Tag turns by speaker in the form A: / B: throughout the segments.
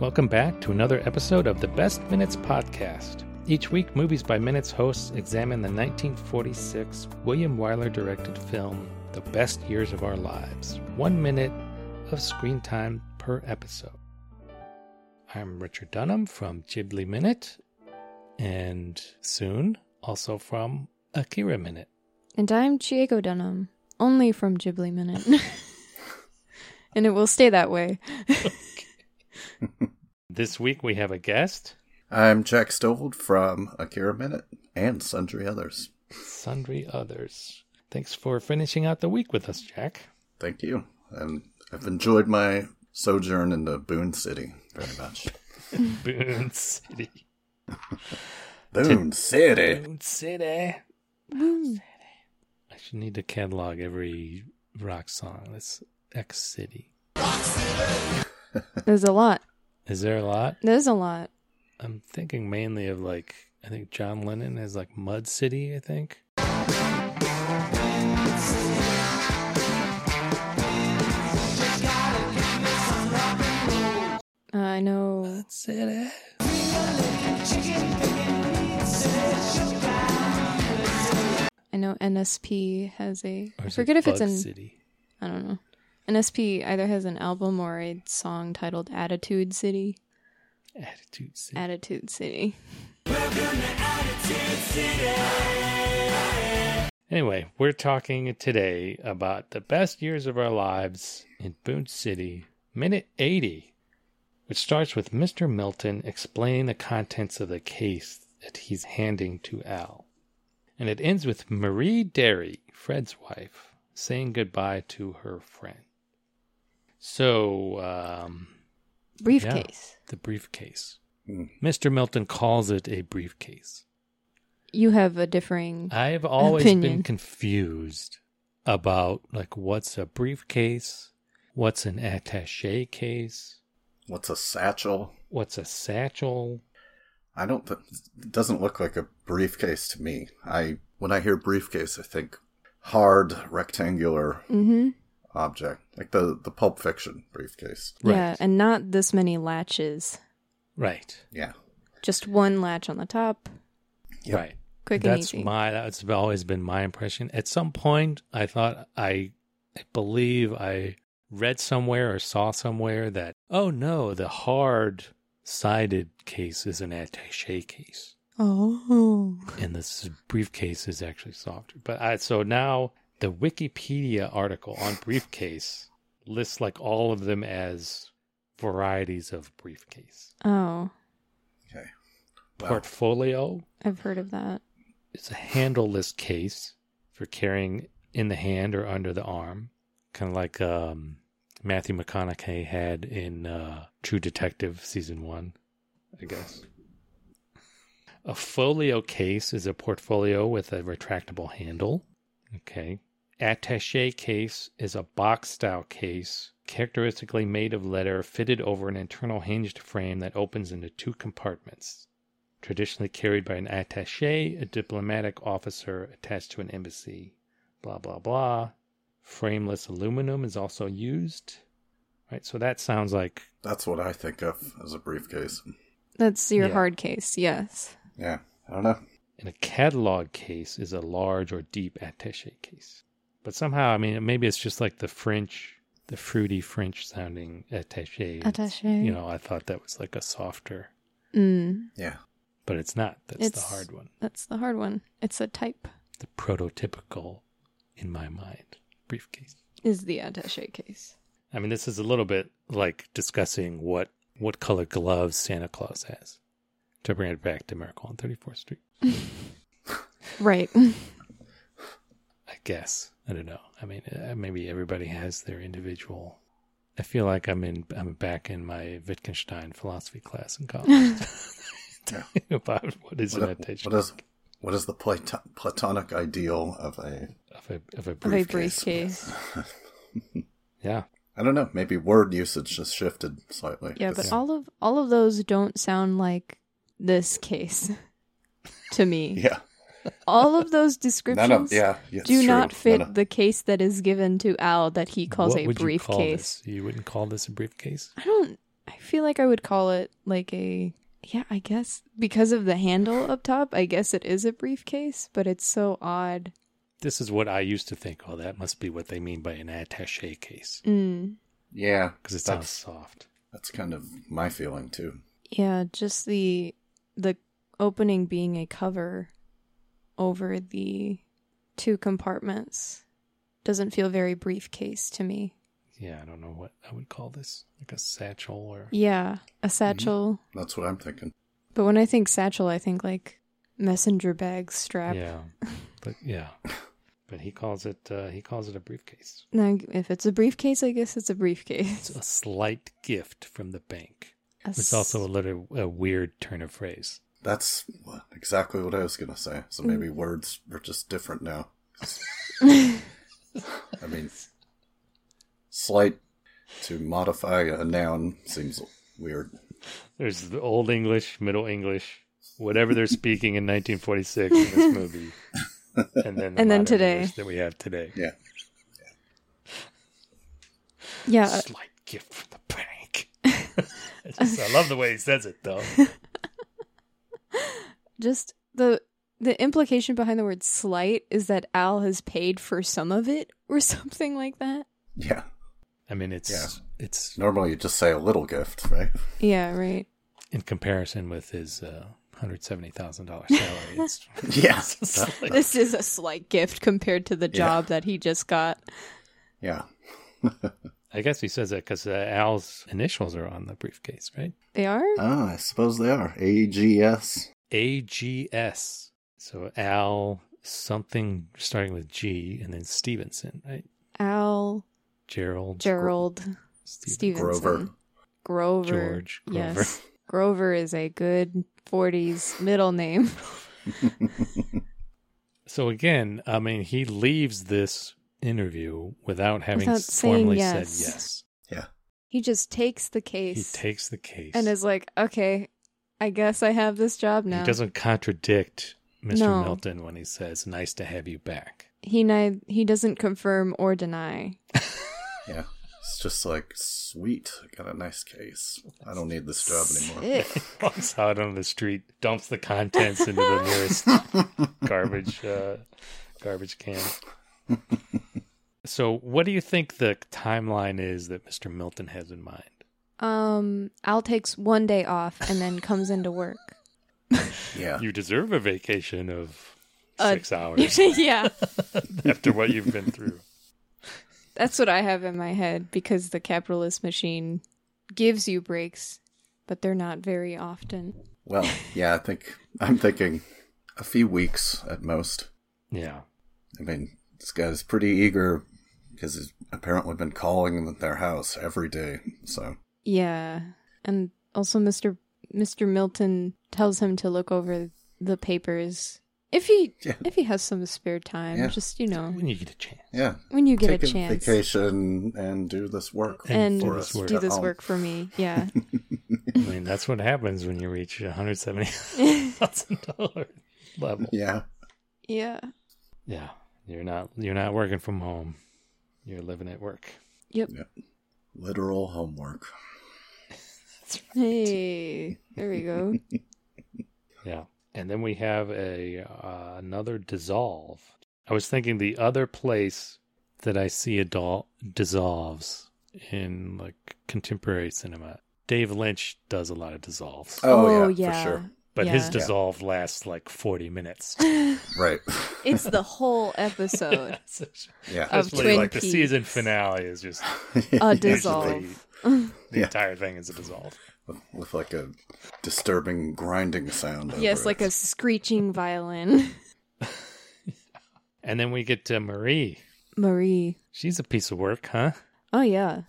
A: Welcome back to another episode of the Best Minutes Podcast. Each week, Movies by Minutes hosts examine the 1946 William Wyler directed film, The Best Years of Our Lives, one minute of screen time per episode. I'm Richard Dunham from Ghibli Minute, and soon also from Akira Minute.
B: And I'm Chieko Dunham, only from Ghibli Minute. and it will stay that way.
A: This week, we have a guest,
C: I'm Jack Stovold from Akira Minute and sundry others.
A: sundry others. Thanks for finishing out the week with us, Jack.
C: Thank you. And I've enjoyed my sojourn in the Boone City very much.
A: Boone City.
C: Boone City!
A: Boone City. I should need to catalog every rock song. That's X City.
B: There's a lot.
A: Is there a lot?
B: There's a lot.
A: I'm thinking mainly of like I think John Lennon is like Mud City. I think.
B: Uh, I know.
A: City.
B: I know NSP has a.
A: Or
B: I
A: is it
B: forget if it's
A: Bug
B: an.
A: City.
B: I don't know. NSP either has an album or a song titled "Attitude City."
A: Attitude City.
B: Attitude City.
C: Hmm.
A: Anyway, we're talking today about the best years of our lives in Boone City, minute 80, which starts with Mr. Milton explaining the contents of the case that he's handing to Al. And it ends with Marie Derry, Fred's wife, saying goodbye to her friend. So, um,
B: Briefcase.
A: the briefcase.
C: Hmm.
A: Mr. Milton calls it a briefcase.
B: You have a differing.
A: I've always been
B: Opinion.
A: confused about like what's a briefcase, what's an attaché case,
C: What's a satchel?
A: what's a satchel.
C: I don't. Th- it doesn't look like a briefcase to me. I when I hear briefcase, I think hard rectangular
B: mm-hmm.
C: object, like the the Pulp Fiction briefcase.
B: Yeah,
A: Right.
B: and not this many latches.
A: Right.
C: Yeah,
B: Just one latch on the top.
C: Yep.
A: Right.
B: Quick and
A: that's
B: easy.
A: my that's always been my impression. At some point I thought I I believe I read somewhere or saw somewhere that oh no, the hard sided case is an attaché case.
B: oh.
A: and this briefcase is actually softer. But I, so now the Wikipedia article on briefcase lists like all of them as varieties of briefcase.
B: Oh,
C: Okay.
A: Portfolio
B: I've heard of that.
A: is a handleless case for carrying in the hand or under the arm, kind of like um, Matthew McConaughey had in uh, True Detective season one, I guess. A folio case is a portfolio with a retractable handle. Okay. Attache case is a box style case, characteristically made of leather, fitted over an internal hinged frame that opens into two compartments traditionally carried by an attache, a diplomatic officer attached to an embassy, blah, blah, blah. Frameless aluminum is also used. Right, so that sounds like
C: That's what I think of as a briefcase.
B: That's your
A: Yeah.
B: hard case, yes.
C: Yeah, I don't know.
A: in a catalog case is a large or deep attache case. But somehow, I mean, maybe it's just like the French, the fruity French sounding attache.
B: Attaché.
A: You know, I thought that was like a softer,
B: Mm,
C: Yeah,
A: but it's not. That's
B: It's-
A: the hard one,
B: that's the hard one. It's a type.
A: the prototypical, in my mind, briefcase.
B: Is the attaché case?
A: I mean, this is a little bit like discussing what what color gloves Santa Claus has. To bring it back to Miracle on 34th Street,
B: Right.
A: I guess. I don't know. I mean, uh, maybe everybody has their individual. I feel like I'm in. I'm back in my Wittgenstein philosophy class in college. About what is an
C: What,
A: attention
C: what is what is the plato- platonic ideal of a
A: of a of a
B: of a
A: brief?
B: briefcase.
A: Yeah,
C: I don't know. Maybe word usage has shifted slightly.
B: Yeah,
C: It's-
B: but all of all of those don't sound like this case to me.
C: yeah,
B: All of those descriptions
C: none of yeah. yeah, it's
B: do
C: true.
B: not fit
C: None of-
B: the case that is given to Al that he calls
A: What
B: a
A: would you call
B: briefcase.
A: this? You wouldn't call this a briefcase.
B: I don't I feel like I would call it like a yeah, I guess because of the handle up top, I guess it is a briefcase, but it's so odd.
A: This is what I used to think. Oh, that must be what they mean by an attaché case
B: Mm.
C: Yeah,
A: because it sounds
C: that's
A: soft.
C: that's kind of my feeling too.
B: Yeah, just the the opening being a cover over the two compartments doesn't feel very briefcase to me.
A: Yeah, I don't know what I would call this. Like a satchel or
B: Yeah,
A: Mm-hmm.
B: a satchel.
C: That's what I'm thinking.
B: But when I think satchel, I think like messenger bag strap.
A: yeah, but yeah. But he calls it uh, he calls it a briefcase.
B: Now, if it's a briefcase, I guess it's a
A: It's
B: briefcase.
A: a slight gift from the bank.
B: A
A: It's also a little a weird turn of phrase.
C: That's wha- exactly what I was gonna say. So maybe
B: Mm.
C: words are just different now.
B: s-
C: I mean, slight to modify a noun seems weird.
A: There's the old English, middle English, whatever they're speaking in 1946 in this movie, and then the
B: And then
A: modern
B: today.
A: English that we have today.
C: Yeah.
B: yeah,
A: Slight gift from the bank. I, just- I love the way he says it though.
B: just the the implication behind the word slight is that Al has paid for some of it or something like that.
C: Yeah.
A: I mean, it's
C: Yeah.
A: it's
C: Normally you just say a little gift, right?
B: Yeah, right.
A: in comparison with his uh, hundred seventy thousand dollars salary. It's,
C: Yeah.
A: it's
C: That-
A: like-
B: This is a slight gift compared to the
C: Yeah.
B: job that he just got.
C: yeah.
A: I guess he says that because uh, Al's initials are on the briefcase, right?
B: They are?
A: Uh,
C: Ah, I suppose they are. A G S.
A: AGS. So Al something starting with G and then Stevenson, right?
B: Al
A: Gerald.
B: Gerald Stevenson.
C: Grover.
B: Grover.
A: George Grover.
B: Yes. Grover is a good 40s middle name.
A: So again, I mean, he leaves this interview without having
B: Without saying
A: formally
B: yes.
A: said yes.
B: He just takes the
A: He
B: case
A: takes the case
B: and is like, okay, I guess I have this job now.
A: He doesn't contradict Mr.
B: No.
A: Milton when he says, "Nice to have you back."
B: He, ni- he doesn't confirm or deny.
C: Yeah. It's just like sweet. I got a nice case. I don't need this job anymore.
B: Sick.
A: Walks out on the street, dumps the contents into the nearest garbage uh, garbage can. so, what do you think the timeline is that Mr. Milton has in mind?
B: Um, Al takes one day off and then comes into work.
C: Yeah.
A: You deserve a vacation of
B: Uh,
A: six hours
B: yeah,
A: after what you've been through.
B: that's what I have in my head because the capitalist machine gives you breaks, but they're not very often.
C: Well, yeah, I think I'm thinking a few weeks at most.
A: Yeah,
C: I mean, this guy's pretty eager because he's apparently been calling them at their house every day. So,
B: Yeah, and also Mr. Mr. Milton tells him to look over the papers if he
C: Yeah.
B: if he has some spare time.
C: Yeah.
B: Just you know,
A: when you get a chance.
C: yeah.
B: when you get
C: Take
B: a chance,
C: vacation and do this work.
B: and
A: do
B: do
A: this
B: this,
A: work.
C: Um,
B: work for me. Yeah,
A: I mean, that's what happens when you reach one hundred seventy thousand dollar level.
C: Yeah.
B: yeah,
A: Yeah, you're not you're not working from home. You're living at work.
B: yep.
C: Literal homework.
B: Hey, there we go.
A: Yeah. And then we have a uh, another dissolve. I was thinking the other place that I see a doll dissolves in like contemporary cinema. Dave Lynch does a lot of dissolves,
C: Oh, yeah, for sure.
A: but his
B: yeah.
A: dissolve lasts like 40 minutes.
C: Right.
B: It's the whole episode.
C: yeah.
B: Oh, Of
A: Especially
B: Twin
A: like the
B: Peaks.
A: season finale is just
B: A
C: Usually
B: dissolve.
A: the
C: Yeah.
A: entire thing is a dissolve.
C: With, with like a disturbing grinding sound.
B: yes,
C: over
B: like
C: it.
B: a screeching violin.
A: And then we get to Marie.
B: Marie.
A: She's a piece of work, huh?
B: Oh yeah.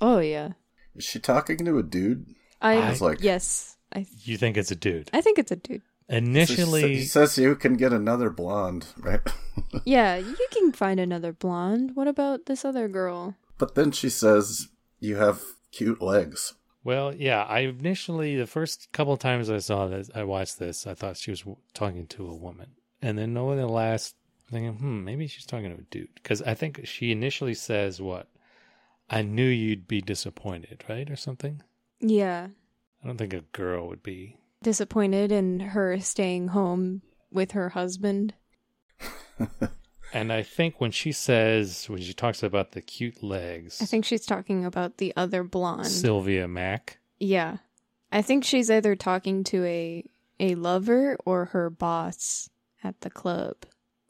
B: oh yeah.
C: Is she talking to a dude?
B: I,
A: I
C: was like-
B: yes. I
A: You think it's a dude.
B: I think it's a dude.
C: So she sa-
A: Initially,
C: He says you can get another blonde, right?
B: Yeah, you can find another blonde. What about this other girl?
C: but then she says you have cute legs.
A: Well, yeah, I initially the first couple of times I saw this, I watched this, I thought she was w- talking to a woman, and then over the last, I'm thinking, hmm, maybe she's talking to a dude, because I think she initially says what, I knew you'd be disappointed, right? Or something?
B: Yeah.
A: I don't think a girl would be.
B: Disappointed in her staying home with her husband.
A: And I think when she says, when she talks about the cute legs,
B: I think she's talking about the other blonde.
A: Sylvia Mack.
B: yeah. I think she's either talking to a a lover or her boss at the club,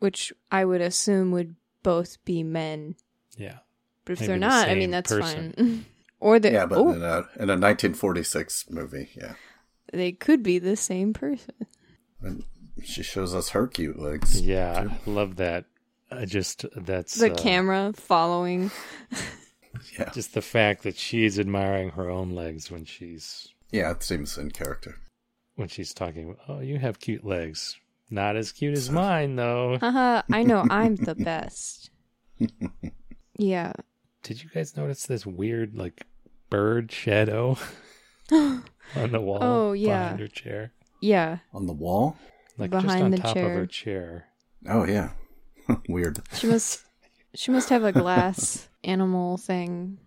B: which I would assume would both be men.
A: Yeah.
B: But if
A: Maybe
B: they're
A: the
B: not, I
A: same
B: mean that's
A: person.
B: fine. or they
C: yeah, but
B: oh,
C: in a in a 1946 movie, yeah,
B: they could be the same person.
C: and she shows us her cute legs.
A: Yeah. I love that. I just, that's
B: The
A: uh,
B: camera following.
C: Yeah,
A: Just the fact that she's admiring her own legs when she's
C: yeah, it seems in character.
A: when she's talking. Oh, you have cute legs. Not as cute as mine, though.
B: Haha, I know I'm the best. yeah.
A: Did you guys notice this weird, like, bird shadow on the wall
B: Oh, yeah.
A: behind her chair?
B: yeah.
C: On the wall?
A: Like, just
B: Behind
A: on
B: the
A: top of
B: chair.
A: her chair.
C: Oh yeah, weird.
B: She must she must have a glass animal thing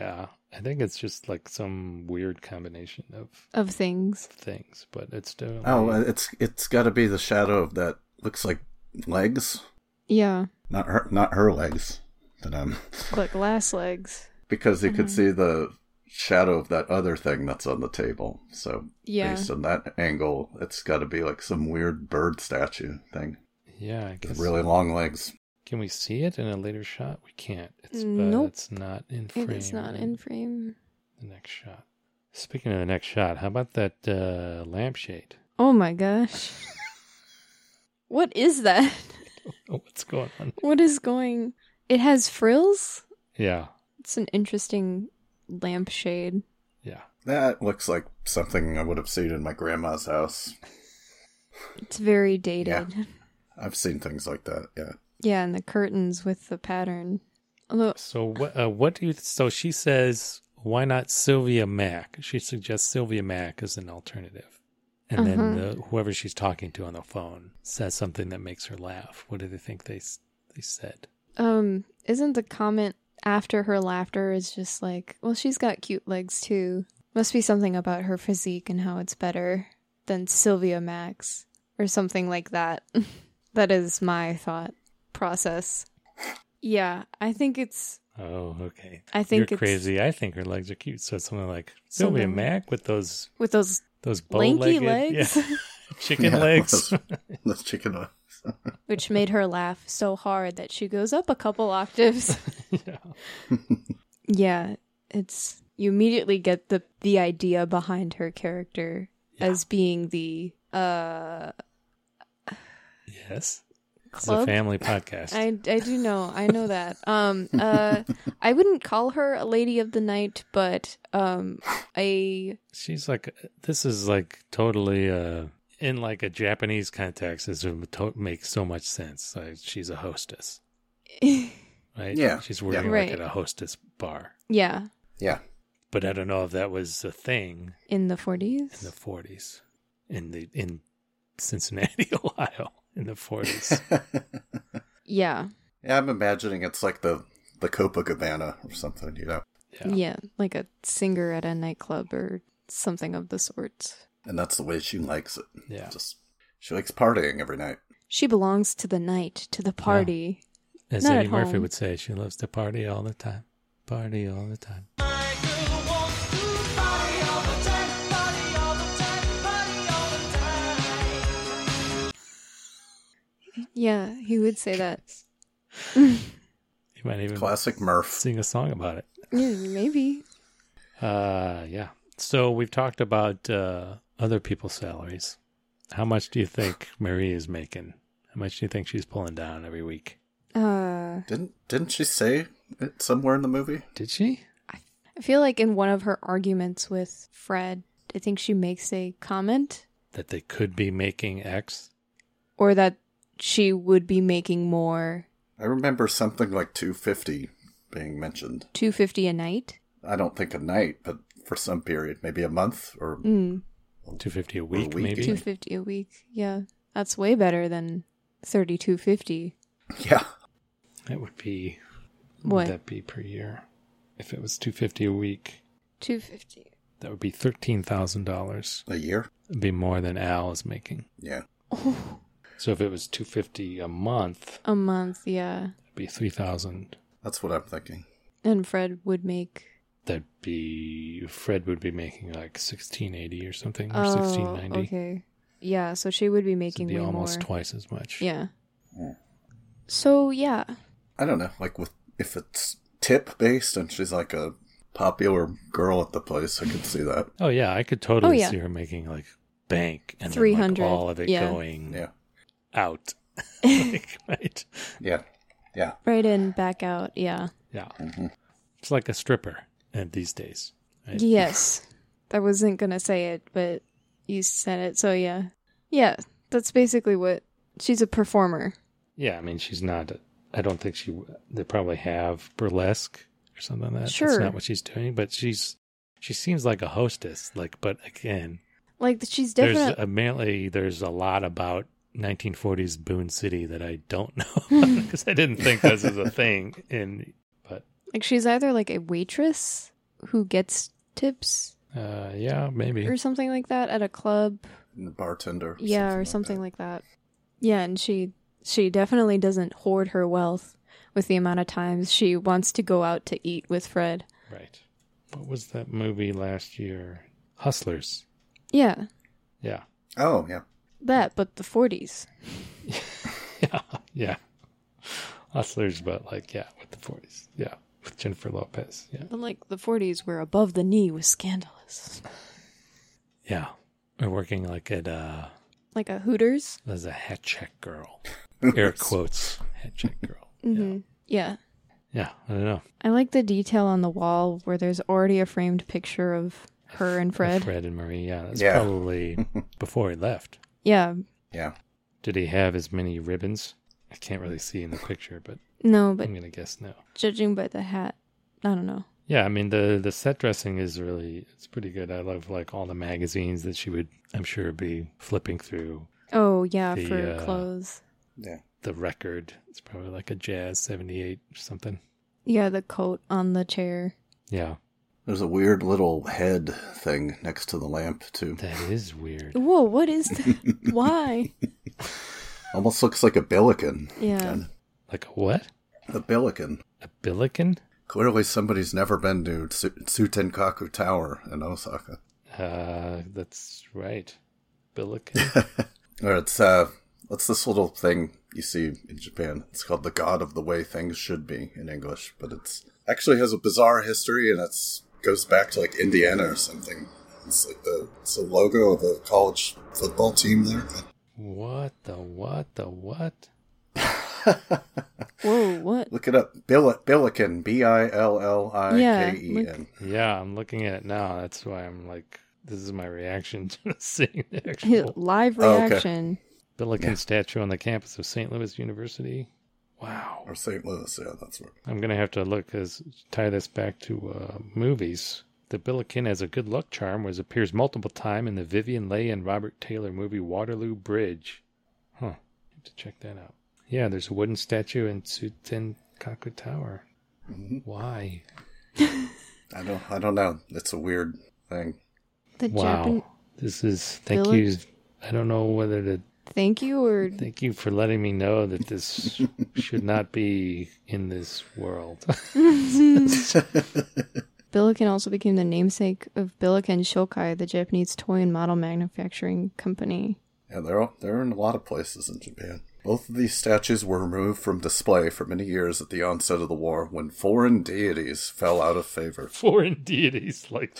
A: Yeah. I think it's just like some weird combination of
B: of things.
A: things, but it's definitely.
C: Oh, uh, it's it's got to be the shadow of that. Looks like legs,
B: Yeah.
C: not her, not her legs. That um,
B: But glass legs.
C: because you could see the shadow of that other thing that's on the table. So
B: Yeah.
C: based on that angle, it's got to be like some weird bird statue thing.
A: yeah, I guess.
C: With really long legs.
A: Can we see it in a later shot? We can't. It's,
B: Nope.
A: But it's not in frame.
B: It is not in frame.
A: the next shot. Speaking of the next shot, how about that uh, lampshade?
B: Oh my gosh. what is that?
A: Oh, what's going on?
B: What is going It has frills?
A: Yeah,
B: It's an interesting lampshade.
A: yeah.
C: That looks like something I would have seen in my grandma's house.
B: It's very dated. Yeah.
C: I've seen things like that. Yeah.
B: and the curtains with the pattern. Although
A: So what? Uh, what do you? So she says, "Why not Sylvia Mack?" She suggests Sylvia Mack as an alternative, and then
B: Uh-huh.
A: the, whoever she's talking to on the phone says something that makes her laugh. What do they think they s- they said?
B: Um, isn't the comment after her laughter is just like, well, she's got cute legs too. Must be something about her physique and how it's better than Sylvia Max or something like that. that is my thought process. Yeah, I think it's
A: Oh, okay.
B: I think
A: You're
B: it's
A: crazy. I think her legs are cute. So it's something like Sylvia
B: Something-
A: Mack with those
B: with those
A: those bow
B: lanky
A: legged
B: legs,
A: chicken
C: Yeah,
A: legs.
C: those- Those chicken legs.
B: which made her laugh so hard that she goes up a couple octaves.
A: yeah.
B: Yeah, it's you immediately get the the idea behind her character
A: Yeah.
B: as being the uh
A: Yes. It's a
B: club.
A: family podcast.
B: I, I do know I know that. Um uh I wouldn't call her a lady of the night, but um a
A: She's like, this is like totally uh, in like a Japanese context. This would to- make so much sense. Like she's a hostess, right?
C: Yeah,
A: she's
C: yeah.
A: working
B: Right.
A: like at a hostess bar.
B: yeah
C: Yeah.
A: But I don't know if that was a thing in
B: in the
A: the
B: forties.
A: '40s in the in Cincinnati, Ohio, in the '40s.
B: Yeah,
C: yeah. I'm imagining it's like the the Copacabana or something. You know,
B: yeah, like a singer at a nightclub or something of the sort.
C: and that's the way she likes it.
A: Yeah.
C: Just she likes partying every night.
B: She belongs to the night, to the party.
A: As
B: Not at
A: Eddie Murphy
B: home.
A: would say, she loves to party all the time. Party all the time.
B: Yeah, he would say that.
A: You might even
C: Classic Murph.
A: sing a song about it.
B: Yeah, maybe.
A: Uh, yeah. So we've talked about uh, other people's salaries. How much do you think Marie is making? How much do you think she's pulling down every week?
B: Uh,
C: Didn't didn't she say it somewhere in the movie?
A: Did she?
B: I feel like in one of her arguments with Fred, I think she makes a comment
A: That they could be making X?
B: or that she would be making more
C: I remember something like 250 being mentioned.
B: 250 a night.
C: I don't think a night, but for some period, maybe a month or
B: Mm,
A: 250 a week,
C: week,
A: maybe?
C: yeah.
B: 250 a week. Yeah. That's way better than 3250.
C: yeah,
A: That would be, would
B: What?
A: that be per year? If it was two fifty a week,
B: 250.
A: that would be thirteen thousand dollars.
C: A year?
A: It'd be more than Al is making.
C: Yeah.
B: Oh,
A: So if it was two fifty a month,
B: a month, yeah.
A: it'd be three thousand.
C: That's what I'm thinking.
B: And Fred would make
A: That'd be Fred would be making like sixteen eighty or something, or
B: oh,
A: sixteen ninety.
B: okay. Yeah, so she would be
A: So it'd
B: making
A: be
B: way
A: almost
B: more.
A: twice as much.
B: Yeah.
C: Hmm.
B: So yeah,
C: I don't know, like with if it's tip based and she's like a popular girl at the place, I could see that.
A: Oh yeah, I could totally
B: yeah.
A: see her making like bank and then, like,
B: 300,
A: all of it
B: yeah.
A: going
C: Yeah.
A: out. like, right?
C: Yeah. Yeah.
B: right in, back out. Yeah.
A: Yeah.
C: Mhm.
A: It's like a stripper uh, these days. Right.
B: Yes. I wasn't gonna say it, but you said it. So yeah, yeah. That's basically what she's a performer.
A: Yeah, I mean she's not I don't think she they probably have burlesque or something like that.
B: Sure.
A: That's not what she's doing, but she's she seems like a hostess, like but again,
B: Like she's
A: there's
B: definitely
A: apparently there's a lot about 1940s Boone City that I don't know because I didn't think this is a thing in but
B: like she's either like a waitress who gets tips
A: uh yeah, maybe.
B: or something like that at a club.
C: And the bartender.
B: yeah, or something like that. Yeah, and she she definitely doesn't hoard her wealth with the amount of times she wants to go out to eat with Fred.
A: Right. What was that movie last year? Hustlers.
B: Yeah,
A: Yeah.
C: that. Oh yeah.
B: that, but the 40s.
A: Yeah. Yeah. Hustlers, but like, yeah, with the 40s. Yeah. With Jennifer Lopez. Yeah.
B: But like the 40s where above the knee was scandalous.
A: Yeah. We're working like at, uh,
B: Like a Hooters?
A: as a hat check girl. Air quotes. Hat check girl.
B: Mhm. Yeah.
A: Yeah. I don't know.
B: I like the detail on the wall where there's already a framed picture of her and Fred.
A: Fred and Marie. Yeah. That's
C: Yeah.
A: probably before he left.
B: Yeah.
C: Yeah.
A: Did he have as many ribbons? I can't really see in the picture, but
B: No, but
A: I'm going to guess no.
B: judging by the hat, I don't know.
A: Yeah, I mean the the set dressing is really it's pretty good. I love like all the magazines that she would I'm sure be flipping through.
B: Oh, yeah,
A: The,
B: for
A: uh,
B: clothes.
C: Yeah.
A: The record. It's probably like a jazz seventy eight or something.
B: Yeah, the coat on the chair.
A: Yeah.
C: There's a weird little head thing next to the lamp too.
A: That is weird.
B: Whoa, what is that? Why?
C: Almost looks like a bilican.
B: Yeah.
C: And
A: Like a what?
C: A bilican.
A: A bilican?
C: Clearly somebody's never been to Su- Sutenkaku Tower in Osaka.
A: Uh that's right. Bilican.
C: Or it's uh what's this little thing you see in Japan? It's called the God of the Way Things Should Be in English, but it's actually has a bizarre history and it's goes back to like Indiana or something. It's like the it's the logo of the college football team there.
A: what the what the what?
B: Whoa, what?
C: Look it up. Bil- Billiken, B I L L I
B: Yeah,
C: K E
B: look-
C: N.
A: Yeah, I'm looking at it now. That's why I'm like this is my reaction to seeing the
B: His
A: actual
B: live
C: Oh, okay.
B: reaction.
A: Billiken
C: Yeah.
A: statue on the campus of St. Louis University. Wow.
C: Or St. Louis, yeah, that's right.
A: I'm gonna have to look as tie this back to uh, movies. The Billiken as a good luck charm was appears multiple time in the Vivian Leigh and Robert Taylor movie Waterloo Bridge. Huh. Have to check that out. Yeah, there's a wooden statue in Tsutenkaku Tower.
C: Mhm.
A: Why?
C: I don't I don't know. It's a weird thing.
B: The
A: wow.
B: Japan.
A: This is thank
B: Billi-
A: you. I don't know whether to
B: Thank you, or
A: thank you for letting me know that this should not be in this world.
B: Billiken also became the namesake of Billiken Shokai, the Japanese toy and model manufacturing company.
C: Yeah, they're all, they're in a lot of places in Japan. Both of these statues were removed from display for many years at the onset of the war when foreign deities fell out of favor.
A: Foreign deities like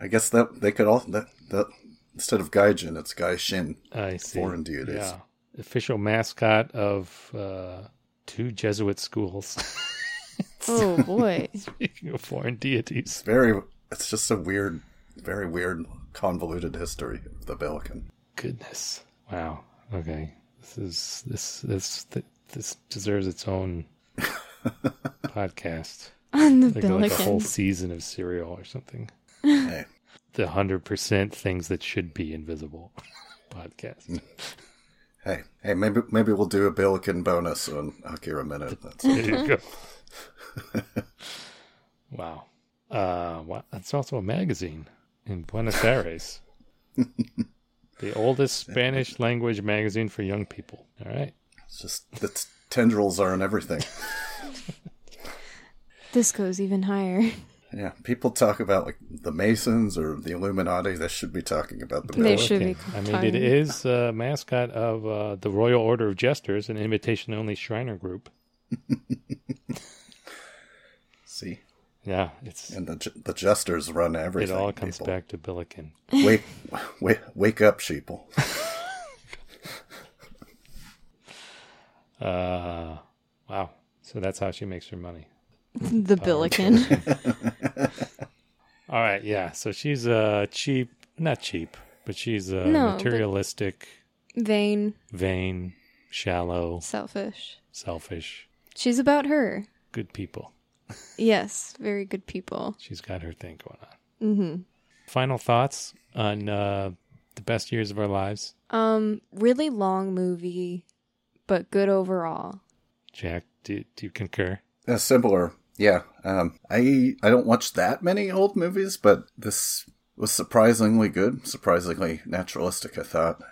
C: I guess that they could all that, that instead of gaijin, it's gaishin.
A: I see.
C: Foreign deities.
A: Yeah. Official mascot of uh, two Jesuit schools.
B: Oh boy!
A: Speaking of foreign deities.
C: Very, it's just a weird, very weird, convoluted history of the Billiken.
A: Goodness. Wow. Okay. This is this this this deserves its own podcast.
B: On the
A: Like, like a whole
B: Billiken.
A: season of serial or something.
C: Hey,
A: The hundred percent things that should be invisible podcast.
C: Hey, hey, maybe maybe we'll do a Billiken bonus on Akira Minute. That's
A: There you go. wow. Uh, wow. That's also a magazine in Buenos Aires. the oldest Spanish language magazine for young people. All right.
C: it's just the t- tendrils are in everything.
B: This goes even higher.
C: Yeah, people talk about like the Masons or the Illuminati. They should be talking about the
B: They
C: Billiken.
B: should be.
A: I mean, it
B: talking-
A: is a mascot of uh, the Royal Order of Jesters, an invitation only Shriner group.
C: See,
A: Yeah, it's
C: and the ju- the jesters run
A: it
C: everything.
A: all comes
C: people.
A: back to Billiken.
C: Wake, wake, wake up, sheeple.
A: Uh, wow. So that's how she makes her money.
B: The
A: Oh,
B: Billiken.
A: All right, yeah. So she's uh cheap, not cheap, but she's uh
B: No, but-
A: materialistic,
B: Vain,
A: vain, shallow,
B: selfish.
A: selfish,
B: She's about her.
A: good people.
B: Yes, very good people.
A: She's got her thing going on.
B: Mm-hmm.
A: Final thoughts on uh the best years of our lives.
B: Um, really long movie, but good overall.
A: Jack, do, do you concur?
C: Uh, similar, yeah. Um, I I don't watch that many old movies, but this was surprisingly good, surprisingly naturalistic. I thought,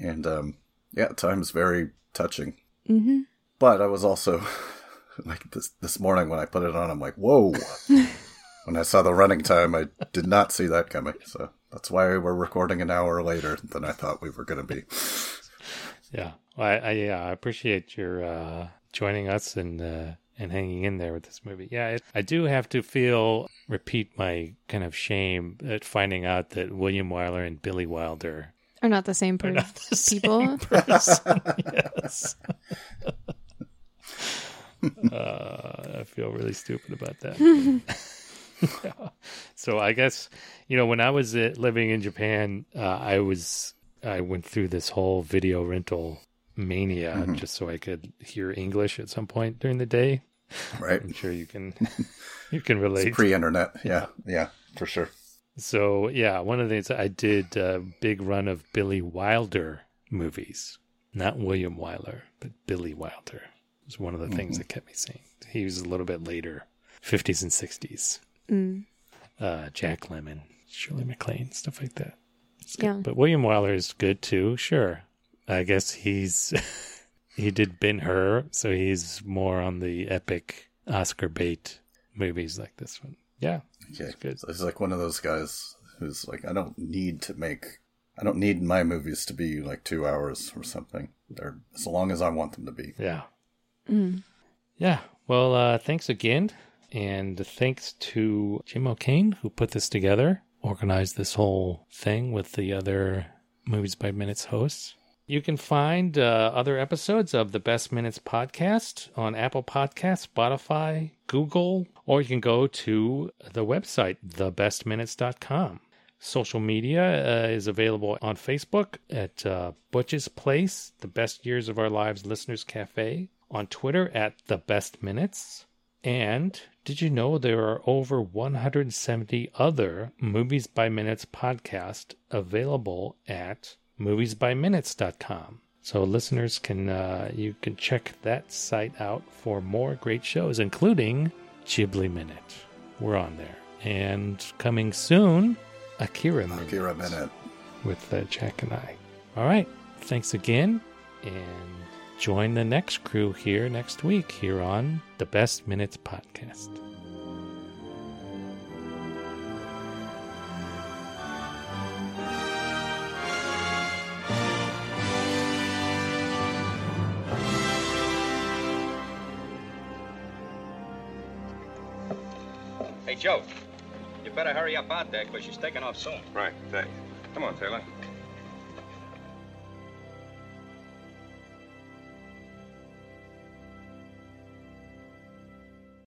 C: and um, yeah, at times very touching.
B: Mm-hmm.
C: But I was also like this this morning when I put it on, I'm like, whoa. when I saw the running time, I did not see that coming. So that's why we're recording an hour later than I thought we were going to be.
A: Yeah. Well, I, I yeah, I appreciate your uh joining us and uh and hanging in there with this movie. Yeah, it, I do have to feel repeat my kind of shame at finding out that William Wyler and Billy Wilder
B: Are not the same
A: They're
B: person.
A: not the same
B: people.
A: person. yes. uh, I feel really stupid about that. Yeah. So I guess you know when I was uh, living in Japan, uh, I was I went through this whole video rental mania just so I could hear English at some point during the day.
C: Right?
A: I'm sure you can you can relate.
C: It's pre internet. Yeah. Yeah. For sure.
A: So yeah, one of the things I did a big run of Billy Wilder movies, not William Wyler, but Billy Wilder was one of the things that kept me sane. He was a little bit later, fifties and sixties.
B: Mm.
A: Uh, Jack Lemmon, Shirley MacLaine, stuff like that.
B: Yeah.
A: But William Wyler is good too. Sure, I guess he's he did Ben Hur, so he's more on the epic Oscar bait movies like this one. Yeah,
C: Okay.
A: good.
C: So he's like one of those guys who's like, I don't need to make, I don't need my movies to be like two hours or something. They're as long as I want them to be.
A: yeah.
B: Mm.
A: Yeah. Well, uh, thanks again. And thanks to Jim O'Kane, who put this together, organized this whole thing with the other Movies by Minutes hosts. You can find uh, other episodes of the Best Minutes podcast on Apple Podcasts, Spotify, Google, or you can go to the website, thebestminutes.com. Social media uh, is available on Facebook at uh, Butch's Place, The Best Years of Our Lives Listeners Cafe, on Twitter at The Best Minutes. And did you know there are over 170 other Movies by Minutes podcasts available at moviesbyminutes.com? So listeners can uh, you can check that site out for more great shows, including Ghibli Minute. We're on there, and coming soon, Akira Minute
C: Akira Minute.
A: with uh, Jack and I. All right. Thanks again. And join the next crew here next week here on the Best Minutes Podcast.
D: Hey, Joe, you better hurry up out there because she's taking off soon.
E: Right, thanks. Come on, Taylor.